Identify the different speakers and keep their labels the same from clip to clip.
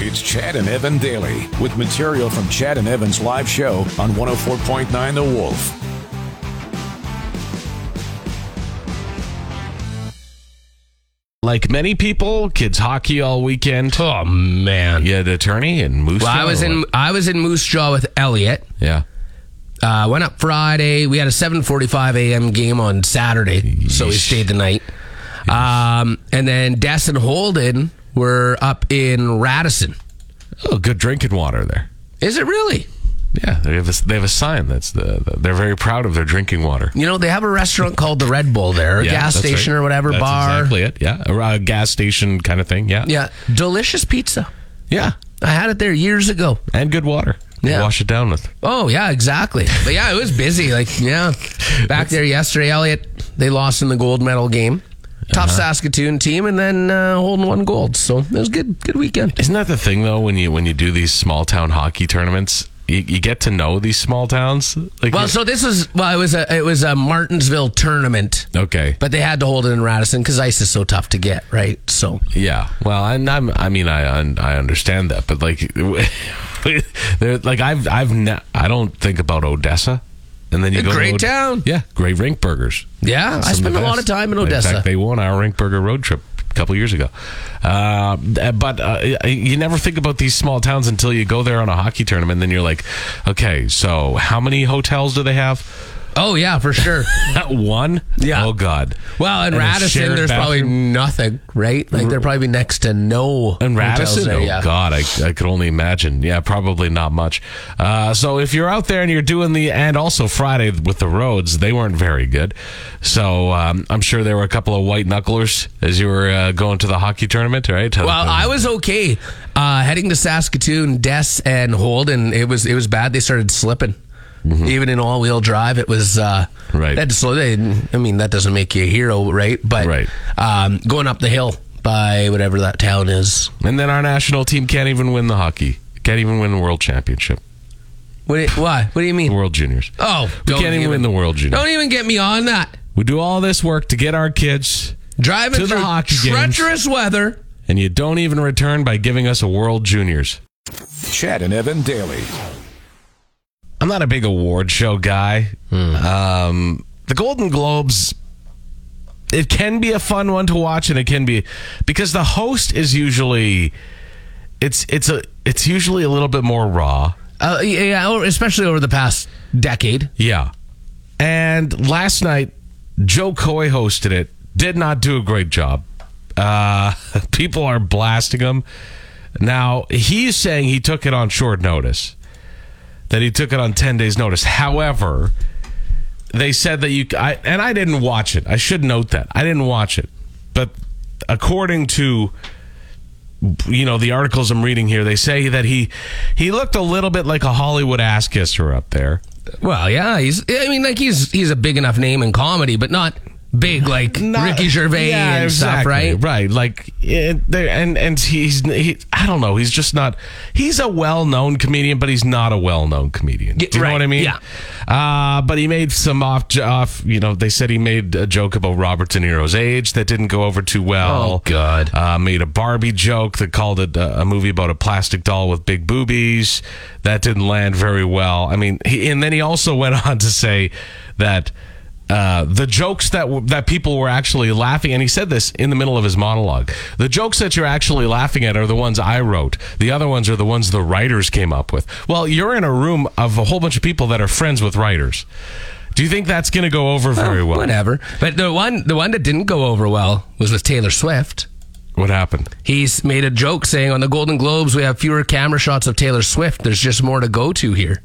Speaker 1: It's Chad and Evan Daily with material from Chad and Evan's live show on 104.9 The Wolf.
Speaker 2: Like many people, kids hockey all weekend.
Speaker 3: Oh man.
Speaker 2: You had an attorney and Moose.
Speaker 3: Well, I
Speaker 2: Jaw
Speaker 3: was
Speaker 2: or
Speaker 3: in
Speaker 2: what?
Speaker 3: I was in Moose Jaw with Elliot.
Speaker 2: Yeah.
Speaker 3: Uh, went up Friday. We had a 7:45 a.m. game on Saturday, so we
Speaker 2: Yeesh.
Speaker 3: stayed the night. Um, and then Des and Holden were up in Radisson.
Speaker 2: Oh, good drinking water there.
Speaker 3: Is it really?
Speaker 2: Yeah, they have a, they have a sign that's the, the- they're very proud of their drinking water.
Speaker 3: You know, they have a restaurant called the Red Bull there, a
Speaker 2: Yeah,
Speaker 3: gas
Speaker 2: that's
Speaker 3: station
Speaker 2: right.
Speaker 3: or whatever
Speaker 2: That's
Speaker 3: bar.
Speaker 2: Exactly it. Yeah, or a gas station kind of thing. Yeah.
Speaker 3: Yeah, delicious pizza.
Speaker 2: Yeah,
Speaker 3: I had it there years ago.
Speaker 2: and good water. You
Speaker 3: Yeah.
Speaker 2: Wash it down with.
Speaker 3: Oh yeah, exactly. But yeah, it was busy. Like yeah, back there yesterday, Elliot. They lost in the gold medal game.
Speaker 2: Uh-huh.
Speaker 3: Tough Saskatoon team, and then uh, holding one gold. So it was good. Good weekend.
Speaker 2: Isn't that the thing though? When you when you do these small town hockey tournaments, you, you get to know these small towns. Like
Speaker 3: Well, so this was well, it was a it was a Martinsville tournament,
Speaker 2: okay,
Speaker 3: but they had to hold it in Radisson because ice is so tough to get, right? So
Speaker 2: Yeah, well, and I'm, I mean, I un- I understand that, but like, there, like I've I've ne- I don't think about Odessa, and then you
Speaker 3: A
Speaker 2: go to
Speaker 3: great
Speaker 2: Od-
Speaker 3: town.
Speaker 2: yeah, great rink burgers.
Speaker 3: yeah, I
Speaker 2: Some
Speaker 3: spent
Speaker 2: the
Speaker 3: a lot of
Speaker 2: best.
Speaker 3: time in
Speaker 2: In
Speaker 3: Odessa.
Speaker 2: fact, they won our rink burger road trip a couple years ago, uh, but uh, you never think about these small towns until you go there on a hockey tournament. And then you're like, okay, so how many hotels do they have?
Speaker 3: oh yeah, for sure.
Speaker 2: Not one.
Speaker 3: Yeah.
Speaker 2: Oh God.
Speaker 3: Well, in
Speaker 2: And a
Speaker 3: Radisson,
Speaker 2: shared
Speaker 3: there's probably
Speaker 2: bathroom.
Speaker 3: nothing, right? Like there probably next to no
Speaker 2: And
Speaker 3: hotels
Speaker 2: Radisson?
Speaker 3: there,
Speaker 2: oh,
Speaker 3: yeah.
Speaker 2: God, I, I could only imagine. Yeah, probably not much. Uh, so if you're out there and you're doing the, and also Friday with the roads, they weren't very good. So um, I'm sure there were a couple of white knucklers as you were uh, going to the hockey tournament, right?
Speaker 3: Well, I was okay. Uh, heading to Saskatoon, Des and Holden, it was it was bad. They started slipping. Even in all wheel drive, it was uh,
Speaker 2: Mm-hmm. Right.
Speaker 3: That slow. They, I mean, that doesn't make you a hero, right? But
Speaker 2: Right.
Speaker 3: Um, going up the hill by whatever that town is.
Speaker 2: And then our national team can't even win the hockey, can't even win the world championship,
Speaker 3: What? do you- Why? What do you
Speaker 2: the
Speaker 3: mean?
Speaker 2: world juniors.
Speaker 3: Oh,
Speaker 2: We
Speaker 3: don't
Speaker 2: can't even win the world juniors.
Speaker 3: Don't e- even get me on that.
Speaker 2: We do all this work to get our kids,
Speaker 3: Driving
Speaker 2: To the
Speaker 3: through
Speaker 2: hockey games.
Speaker 3: treacherous weather.
Speaker 2: and you don't even return by giving us a world juniors.
Speaker 1: Chad and Evan Daily.
Speaker 2: I'm not a big award show guy. Um, the Golden Globes, it can be a fun one to watch, and it can be because the host is usually it's it's a it's usually a little bit more raw.
Speaker 3: Uh, yeah, or- especially over the past decade.
Speaker 2: Yeah. And last night, Joe Coy hosted it. Did not do a great job. Uh, people are blasting him. Now, he's saying he took it on short notice, that he took it on 10 days' notice. However, they said that you, I, and I didn't watch it. I should note that. I didn't watch it. But according to you know the articles I'm reading here, they say that he he looked a little bit like a Hollywood ass kisser up there.
Speaker 3: Well, yeah, he's. I mean, like he's he's a big enough name in comedy, but not big like
Speaker 2: Not-
Speaker 3: Ricky Gervais
Speaker 2: Yeah,
Speaker 3: and stuff,
Speaker 2: exactly,
Speaker 3: right?
Speaker 2: Right, like it, there, and and he's he, I don't know, he's just not. He's a well-known comedian, but he's not a well-known comedian. Do
Speaker 3: Yeah,
Speaker 2: you
Speaker 3: right,
Speaker 2: know what I mean?
Speaker 3: yeah.
Speaker 2: Uh, but he made some off off. You know, they said he made a joke about Robert De Niro's age that didn't go over too well.
Speaker 3: Oh, God.
Speaker 2: Uh, made a Barbie joke that called it uh, a, a movie about a plastic doll with big boobies. That didn't land very well. I mean, he, and then he also went on to say that uh, the jokes that w- that people were actually laughing, and he said this in the middle of his monologue. The jokes that you're actually laughing at are the ones I wrote. The other ones are the ones the writers came up with. Well, you're in a room of a whole bunch of people that are friends with writers. Do you think that's going to go over very well?
Speaker 3: Oh, Whatever. But the one the one that didn't go over well was with Taylor Swift.
Speaker 2: What happened?
Speaker 3: He's made a joke saying on the Golden Globes we have fewer camera shots of Taylor Swift. There's just more to go to here.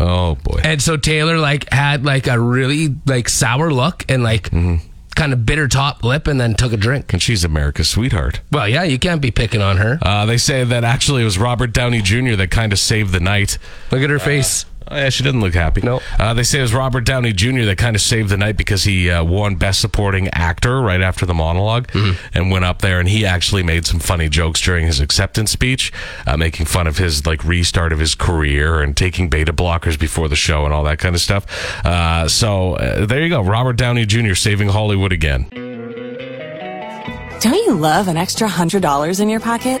Speaker 2: Oh boy. Mm-hmm.
Speaker 3: And so Taylor like had like a really like sour look and like kind of bitter top lip and then took a drink.
Speaker 2: And she's America's sweetheart.
Speaker 3: Well, yeah, you can't be picking on her.
Speaker 2: Uh, they say that actually it was Robert Downey Jr. that kind of saved the night.
Speaker 3: Look at her face.
Speaker 2: Oh, yeah, she didn't look happy.
Speaker 3: No.
Speaker 2: Uh, they say it was Robert Downey Jr. that kind of saved the night because he uh, won Best Supporting Actor right after the monolog and went up there and he actually made some funny jokes during his acceptance speech, uh, making fun of his like restart of his career and taking beta blockers before the show and all that kind of stuff. Uh, so uh, there you go, Robert Downey Jr. saving Hollywood again.
Speaker 4: Don't you love an extra $100 in your pocket?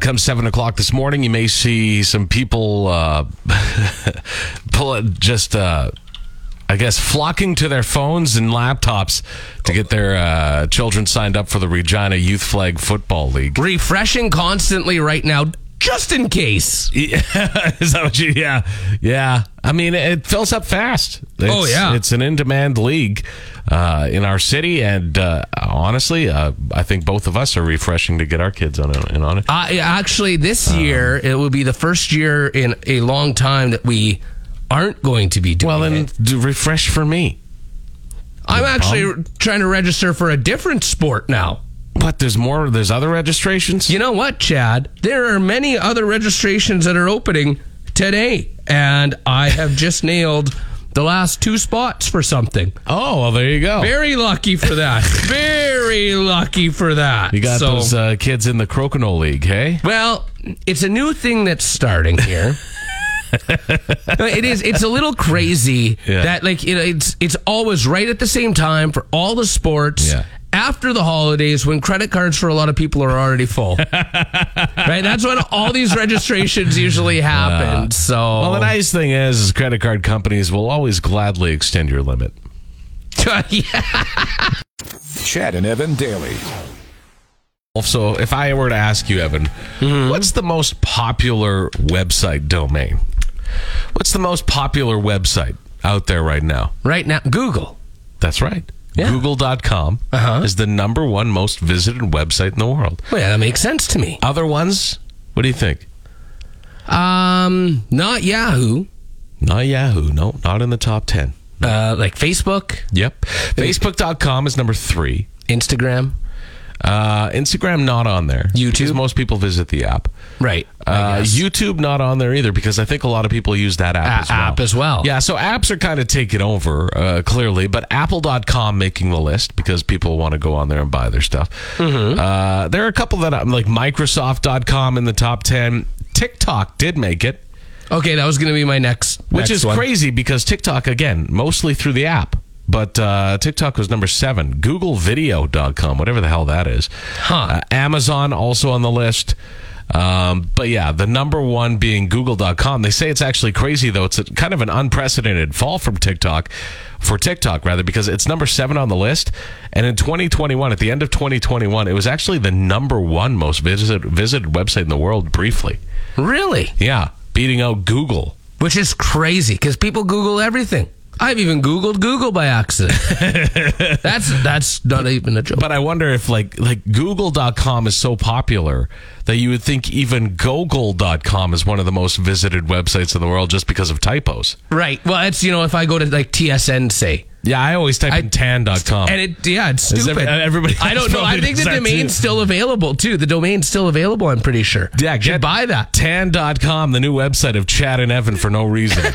Speaker 2: Come seven o'clock this morning, you may see some people uh, pull it just. Uh, I guess flocking to their phones and laptops to get their uh, children signed up for the Regina Youth Flag Football League.
Speaker 3: Refreshing constantly right now, just in case.
Speaker 2: Is that what you? Yeah, yeah. I mean, it fills up fast. It's,
Speaker 3: Oh, yeah.
Speaker 2: it's an in-demand league uh, in our city, and uh, honestly, uh, I think both of us are refreshing to get our kids on it. And on it.
Speaker 3: Uh, yeah, actually, this year, it will be the first year in a long time that we aren't going to be doing
Speaker 2: Well,
Speaker 3: it.
Speaker 2: then d- refresh for me.
Speaker 3: I'm actually trying to register for a different sport now.
Speaker 2: But there's more. There's other registrations.
Speaker 3: You know what, Chad? There are many other registrations that are opening today, and I have just nailed the last two spots for something.
Speaker 2: Oh well, there you go.
Speaker 3: Very lucky for that. Very lucky for that.
Speaker 2: you got
Speaker 3: So-
Speaker 2: those uh, kids in the Crokinole League, hey?
Speaker 3: Well, it's a new thing that's starting here. No, it is. It's a little crazy
Speaker 2: Yeah.
Speaker 3: that like it, it's it's always right at the same time for all the sports.
Speaker 2: Yeah.
Speaker 3: After the holidays, when credit cards for a lot of people are already full, right? That's when all these registrations usually happen. so,
Speaker 2: Ah. Well, the nice thing is, is credit card companies will always gladly extend your limit.
Speaker 3: yeah.
Speaker 1: Chad and Evan daily.
Speaker 2: So, if I were to ask you, Evan,
Speaker 3: Mm-hmm.
Speaker 2: what's the most popular website domain? What's the most popular website out there right now?
Speaker 3: right now, Google.
Speaker 2: That's right.
Speaker 3: Yeah.
Speaker 2: Google.com
Speaker 3: Uh-huh.
Speaker 2: is the number one most visited website in the world.
Speaker 3: Well, yeah, that makes sense to me.
Speaker 2: Other ones, what do you think?
Speaker 3: Um, not Yahoo,
Speaker 2: Not Yahoo. No, not in the top 10.
Speaker 3: uh, like Facebook,
Speaker 2: Yep. Facebook.com is number three.
Speaker 3: Instagram,
Speaker 2: Uh, Instagram not on there.
Speaker 3: YouTube?
Speaker 2: Because most people visit the app.
Speaker 3: right?
Speaker 2: Uh, YouTube not on there either because I think a lot of people use that app
Speaker 3: A-
Speaker 2: as well.
Speaker 3: app as well.
Speaker 2: Yeah, so apps are kind of taking over, uh, clearly, but Apple.com making the list because people want to go on there and buy their stuff.
Speaker 3: Mm-hmm.
Speaker 2: Uh, there are a couple that I'm like Microsoft.com in the top 10. TikTok did make it,
Speaker 3: Uh, Okay, that was going to be my next,
Speaker 2: which
Speaker 3: next
Speaker 2: is
Speaker 3: one.
Speaker 2: crazy because TikTok, again, mostly through the app. But uh, TikTok was number seven. GoogleVideo.com, whatever the hell that is.
Speaker 3: Huh.
Speaker 2: Uh, Amazon also on the list. Um, but yeah, the number one being Google.com. They say it's actually crazy, though. It's a, kind of an unprecedented fall from TikTok, for TikTok rather, because it's number seven on the list. And in 2021, at the end of 2021, it was actually the number one most visited, visited website in the world briefly.
Speaker 3: Really?
Speaker 2: Yeah, beating out Google.
Speaker 3: Which is crazy because people Google everything. I've even Googled Google by accident. that's that's not even a joke.
Speaker 2: But I wonder if like like google.com is so popular that you would think even google.com is one of the most visited websites in the world just because of typos.
Speaker 3: right. Well, it's you know if I go to like TSN say,
Speaker 2: Yeah, I always type
Speaker 3: I-
Speaker 2: in tan.com.
Speaker 3: and it yeah it's
Speaker 2: Is
Speaker 3: stupid.
Speaker 2: every- everybody
Speaker 3: I
Speaker 2: else
Speaker 3: don't know. I
Speaker 2: probably
Speaker 3: think
Speaker 2: does
Speaker 3: the
Speaker 2: that
Speaker 3: domain's
Speaker 2: too.
Speaker 3: still available too. The domain's still available. I'm pretty sure.
Speaker 2: yeah,
Speaker 3: Should
Speaker 2: get
Speaker 3: buy that.
Speaker 2: Tan.com, the new website of Chad and Evan for no reason.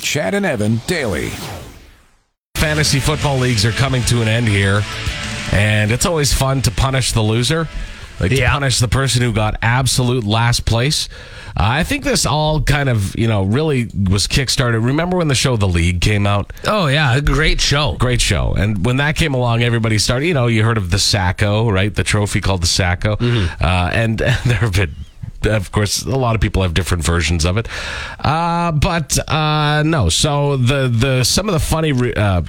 Speaker 1: Chad and Evan daily.
Speaker 2: Fantasy football leagues are coming to an end here. And it's always fun to punish the loser, like to
Speaker 3: Yeah.
Speaker 2: punish the person who got absolute last place. Uh, I think this all kind of, you know, really was kickstarted. Remember when the show The League came out?
Speaker 3: Oh yeah, a great show.
Speaker 2: Great show. And when that came along, everybody started, you know, you heard of the Sacco, right? The trophy called the Sacco. Uh, and there have been. Of course, a lot of people have different versions of it, uh, but uh, no. So the the some of the funny re- uh,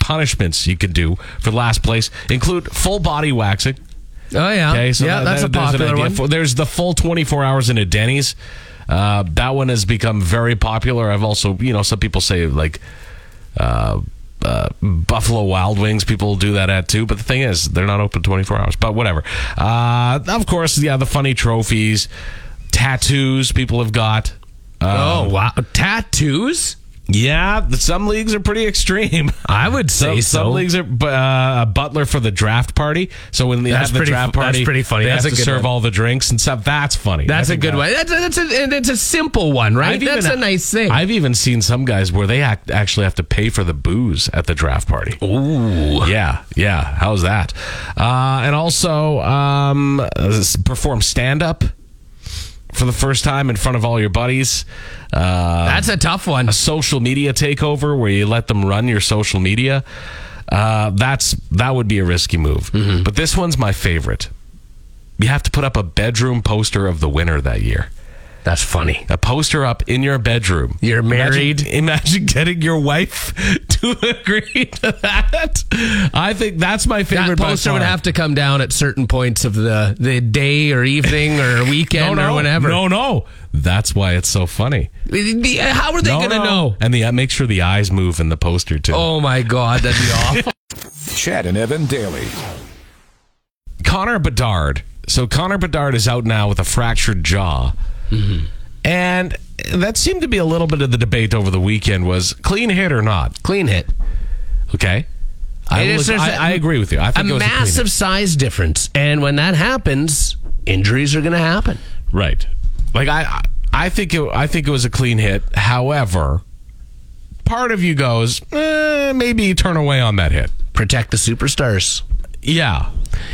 Speaker 2: punishments you could do for last place include full body waxing.
Speaker 3: Oh yeah,
Speaker 2: Okay, so
Speaker 3: yeah,
Speaker 2: that-
Speaker 3: that's
Speaker 2: that-
Speaker 3: a
Speaker 2: there's an
Speaker 3: popular
Speaker 2: idea
Speaker 3: one.
Speaker 2: for- there's the full 24 hours in a Denny's. Uh, that one has become very popular. I've also, you know, some people say like uh, uh, Buffalo Wild Wings. People do that at too. But the thing is, they're not open 24 hours. But whatever. Uh, of course, yeah, the funny trophies, tattoos people have got. Um,
Speaker 3: oh wow, tattoos.
Speaker 2: Yeah, th- some leagues are pretty extreme.
Speaker 3: I would
Speaker 2: Some,
Speaker 3: say so.
Speaker 2: some leagues are bu- uh, a butler for the draft party. So when they
Speaker 3: That's
Speaker 2: have the
Speaker 3: pretty
Speaker 2: draft
Speaker 3: fu- that's
Speaker 2: party,
Speaker 3: pretty funny.
Speaker 2: They
Speaker 3: That's
Speaker 2: have to
Speaker 3: a good
Speaker 2: serve
Speaker 3: one.
Speaker 2: all the drinks and stuff. That's funny.
Speaker 3: That's
Speaker 2: I
Speaker 3: a
Speaker 2: think
Speaker 3: good
Speaker 2: that-
Speaker 3: one. That's a, that's a and it's a simple one, right?
Speaker 2: I've even-
Speaker 3: That's a nice thing.
Speaker 2: I've even seen some guys where they act, actually have to pay for the booze at the draft party.
Speaker 3: Ooh.
Speaker 2: Yeah, yeah. How's that? Uh, and also um, uh, s- perform stand up for the first time in front of all your buddies. Uh,
Speaker 3: That's a tough one.
Speaker 2: a social media takeover where you let them run your social media. Uh, that's that would be a risky move.
Speaker 3: Mm-hmm.
Speaker 2: But this one's my favorite. You have to put up a bedroom poster of the winner that year.
Speaker 3: That's funny.
Speaker 2: A poster up in your bedroom.
Speaker 3: You're married.
Speaker 2: Imagine, imagine getting your wife to agree to that. I think that's my favorite
Speaker 3: That
Speaker 2: by
Speaker 3: poster would
Speaker 2: far.
Speaker 3: have to come down at certain points of the, the day or evening or weekend
Speaker 2: no,
Speaker 3: or whenever.
Speaker 2: No, no. That's why it's so funny.
Speaker 3: The- How are they
Speaker 2: No,
Speaker 3: going to
Speaker 2: no.
Speaker 3: know?
Speaker 2: And the make sure the eyes move in the poster too.
Speaker 3: Oh my God, that'd be awful.
Speaker 1: Chad and Evan daily.
Speaker 2: Connor Bedard. So Connor Bedard is out now with a fractured jaw.
Speaker 3: Mm-hmm.
Speaker 2: And that seemed to be a little bit of the debate over the weekend was clean hit or not.
Speaker 3: Clean hit.
Speaker 2: Okay. I,
Speaker 3: It is-
Speaker 2: was-
Speaker 3: there's
Speaker 2: I-
Speaker 3: a-
Speaker 2: I agree with you. I think it
Speaker 3: a
Speaker 2: was a clean hit.
Speaker 3: massive size difference. And when that happens, injuries are going to happen.
Speaker 2: Right. Like I, I think it, I think it was a clean hit. However, part of you goes, eh, maybe turn away on that hit.
Speaker 3: Protect the superstars.
Speaker 2: Yeah.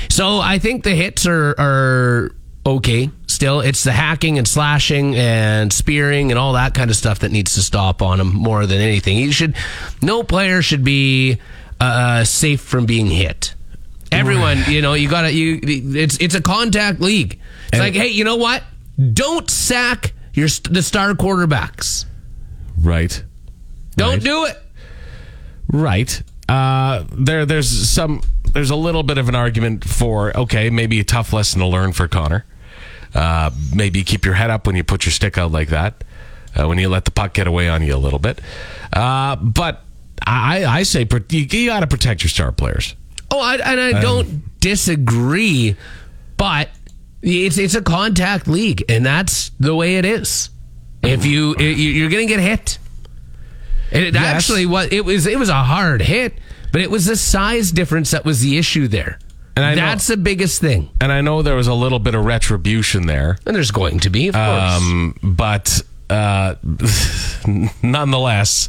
Speaker 3: So I think the hits are, are okay still. It's the hacking and slashing and spearing and all that kind of stuff that needs to stop on him more than anything. He should, no player should be uh, safe from being hit. Everyone, you know, you gotta you. It's it's a contact league. It's like, hey, you know what? Don't sack your st- the star quarterbacks.
Speaker 2: Right.
Speaker 3: Don't
Speaker 2: Right.
Speaker 3: do it.
Speaker 2: Right. Uh, there, there's some, there's a little bit of an argument for okay, maybe a tough lesson to learn for Connor. Uh, maybe keep your head up when you put your stick out like that, uh, when you let the puck get away on you a little bit. Uh, but I, I say pro- you, you got to protect your star players.
Speaker 3: Oh, I, and I don't disagree, but it's it's a contact league, and that's the way it is. If you you- you're going to get hit, and it
Speaker 2: Yes.
Speaker 3: actually was it was it was a hard hit, but it was the size difference that was the issue there,
Speaker 2: And I know-
Speaker 3: that's the biggest thing.
Speaker 2: And I know there was a little bit of retribution there.
Speaker 3: And there's going to be, of course.
Speaker 2: Um, but uh, nonetheless,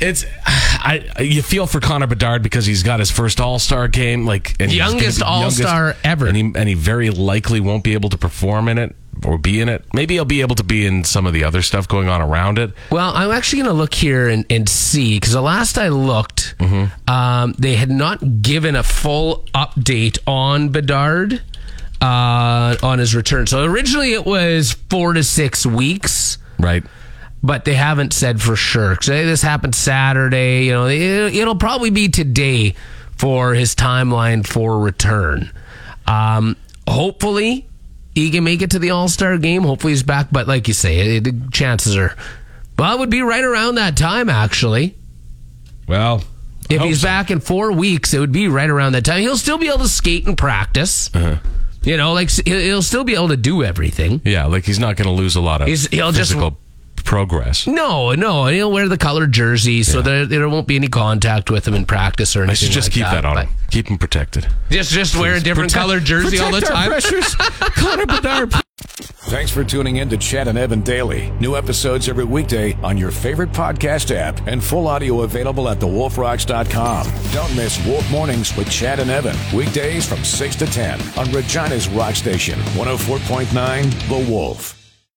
Speaker 2: it's I you feel for Connor Bedard because he's got his first All Star game, like and he's gonna be
Speaker 3: Youngest
Speaker 2: the
Speaker 3: All-Star
Speaker 2: youngest,
Speaker 3: ever.
Speaker 2: and he, and he very likely won't be able to perform in it or be in it. Maybe he'll be able to be in some of the other stuff going on around it.
Speaker 3: Well, I'm actually going to look here and, and see because the last I looked, um, they had not given a full update on Bedard uh, on his return. So originally it was four to six weeks,
Speaker 2: Right?
Speaker 3: but they haven't said for sure. So this happened Saturday. You know, it, it'll probably be today for his timeline for return. Um, hopefully. He can make it to the All Star game. Hopefully, he's back. But like you say, it, the chances are, well, it would be right around that time actually.
Speaker 2: Well,
Speaker 3: If
Speaker 2: I hope
Speaker 3: he's
Speaker 2: so.
Speaker 3: back in four weeks, it would be right around that time. He'll still be able to skate and practice.
Speaker 2: Uh-huh.
Speaker 3: You know, like s- he'll- he'll still be able to do everything.
Speaker 2: yeah, like he's not going to lose a lot of
Speaker 3: He's, he'll
Speaker 2: physical
Speaker 3: just
Speaker 2: progress.
Speaker 3: No, no, and he'll wear the colored jersey, so there, there won't be any contact with him in practice or
Speaker 2: I
Speaker 3: anything.
Speaker 2: should just
Speaker 3: like
Speaker 2: keep that, on
Speaker 3: but
Speaker 2: him. Keep him protected.
Speaker 3: Just, just wear a different colored jersey all the time.
Speaker 2: precious Connor Bedard.
Speaker 1: Thanks for tuning in to Chad and Evan Daily. New episodes every weekday on your favorite podcast app and full audio available at thewolfrocks.com. Don't miss Wolf Mornings with Chad and Evan. oh Weekdays from 6 to 10 on Regina's Rock Station, 104.9 The Wolf.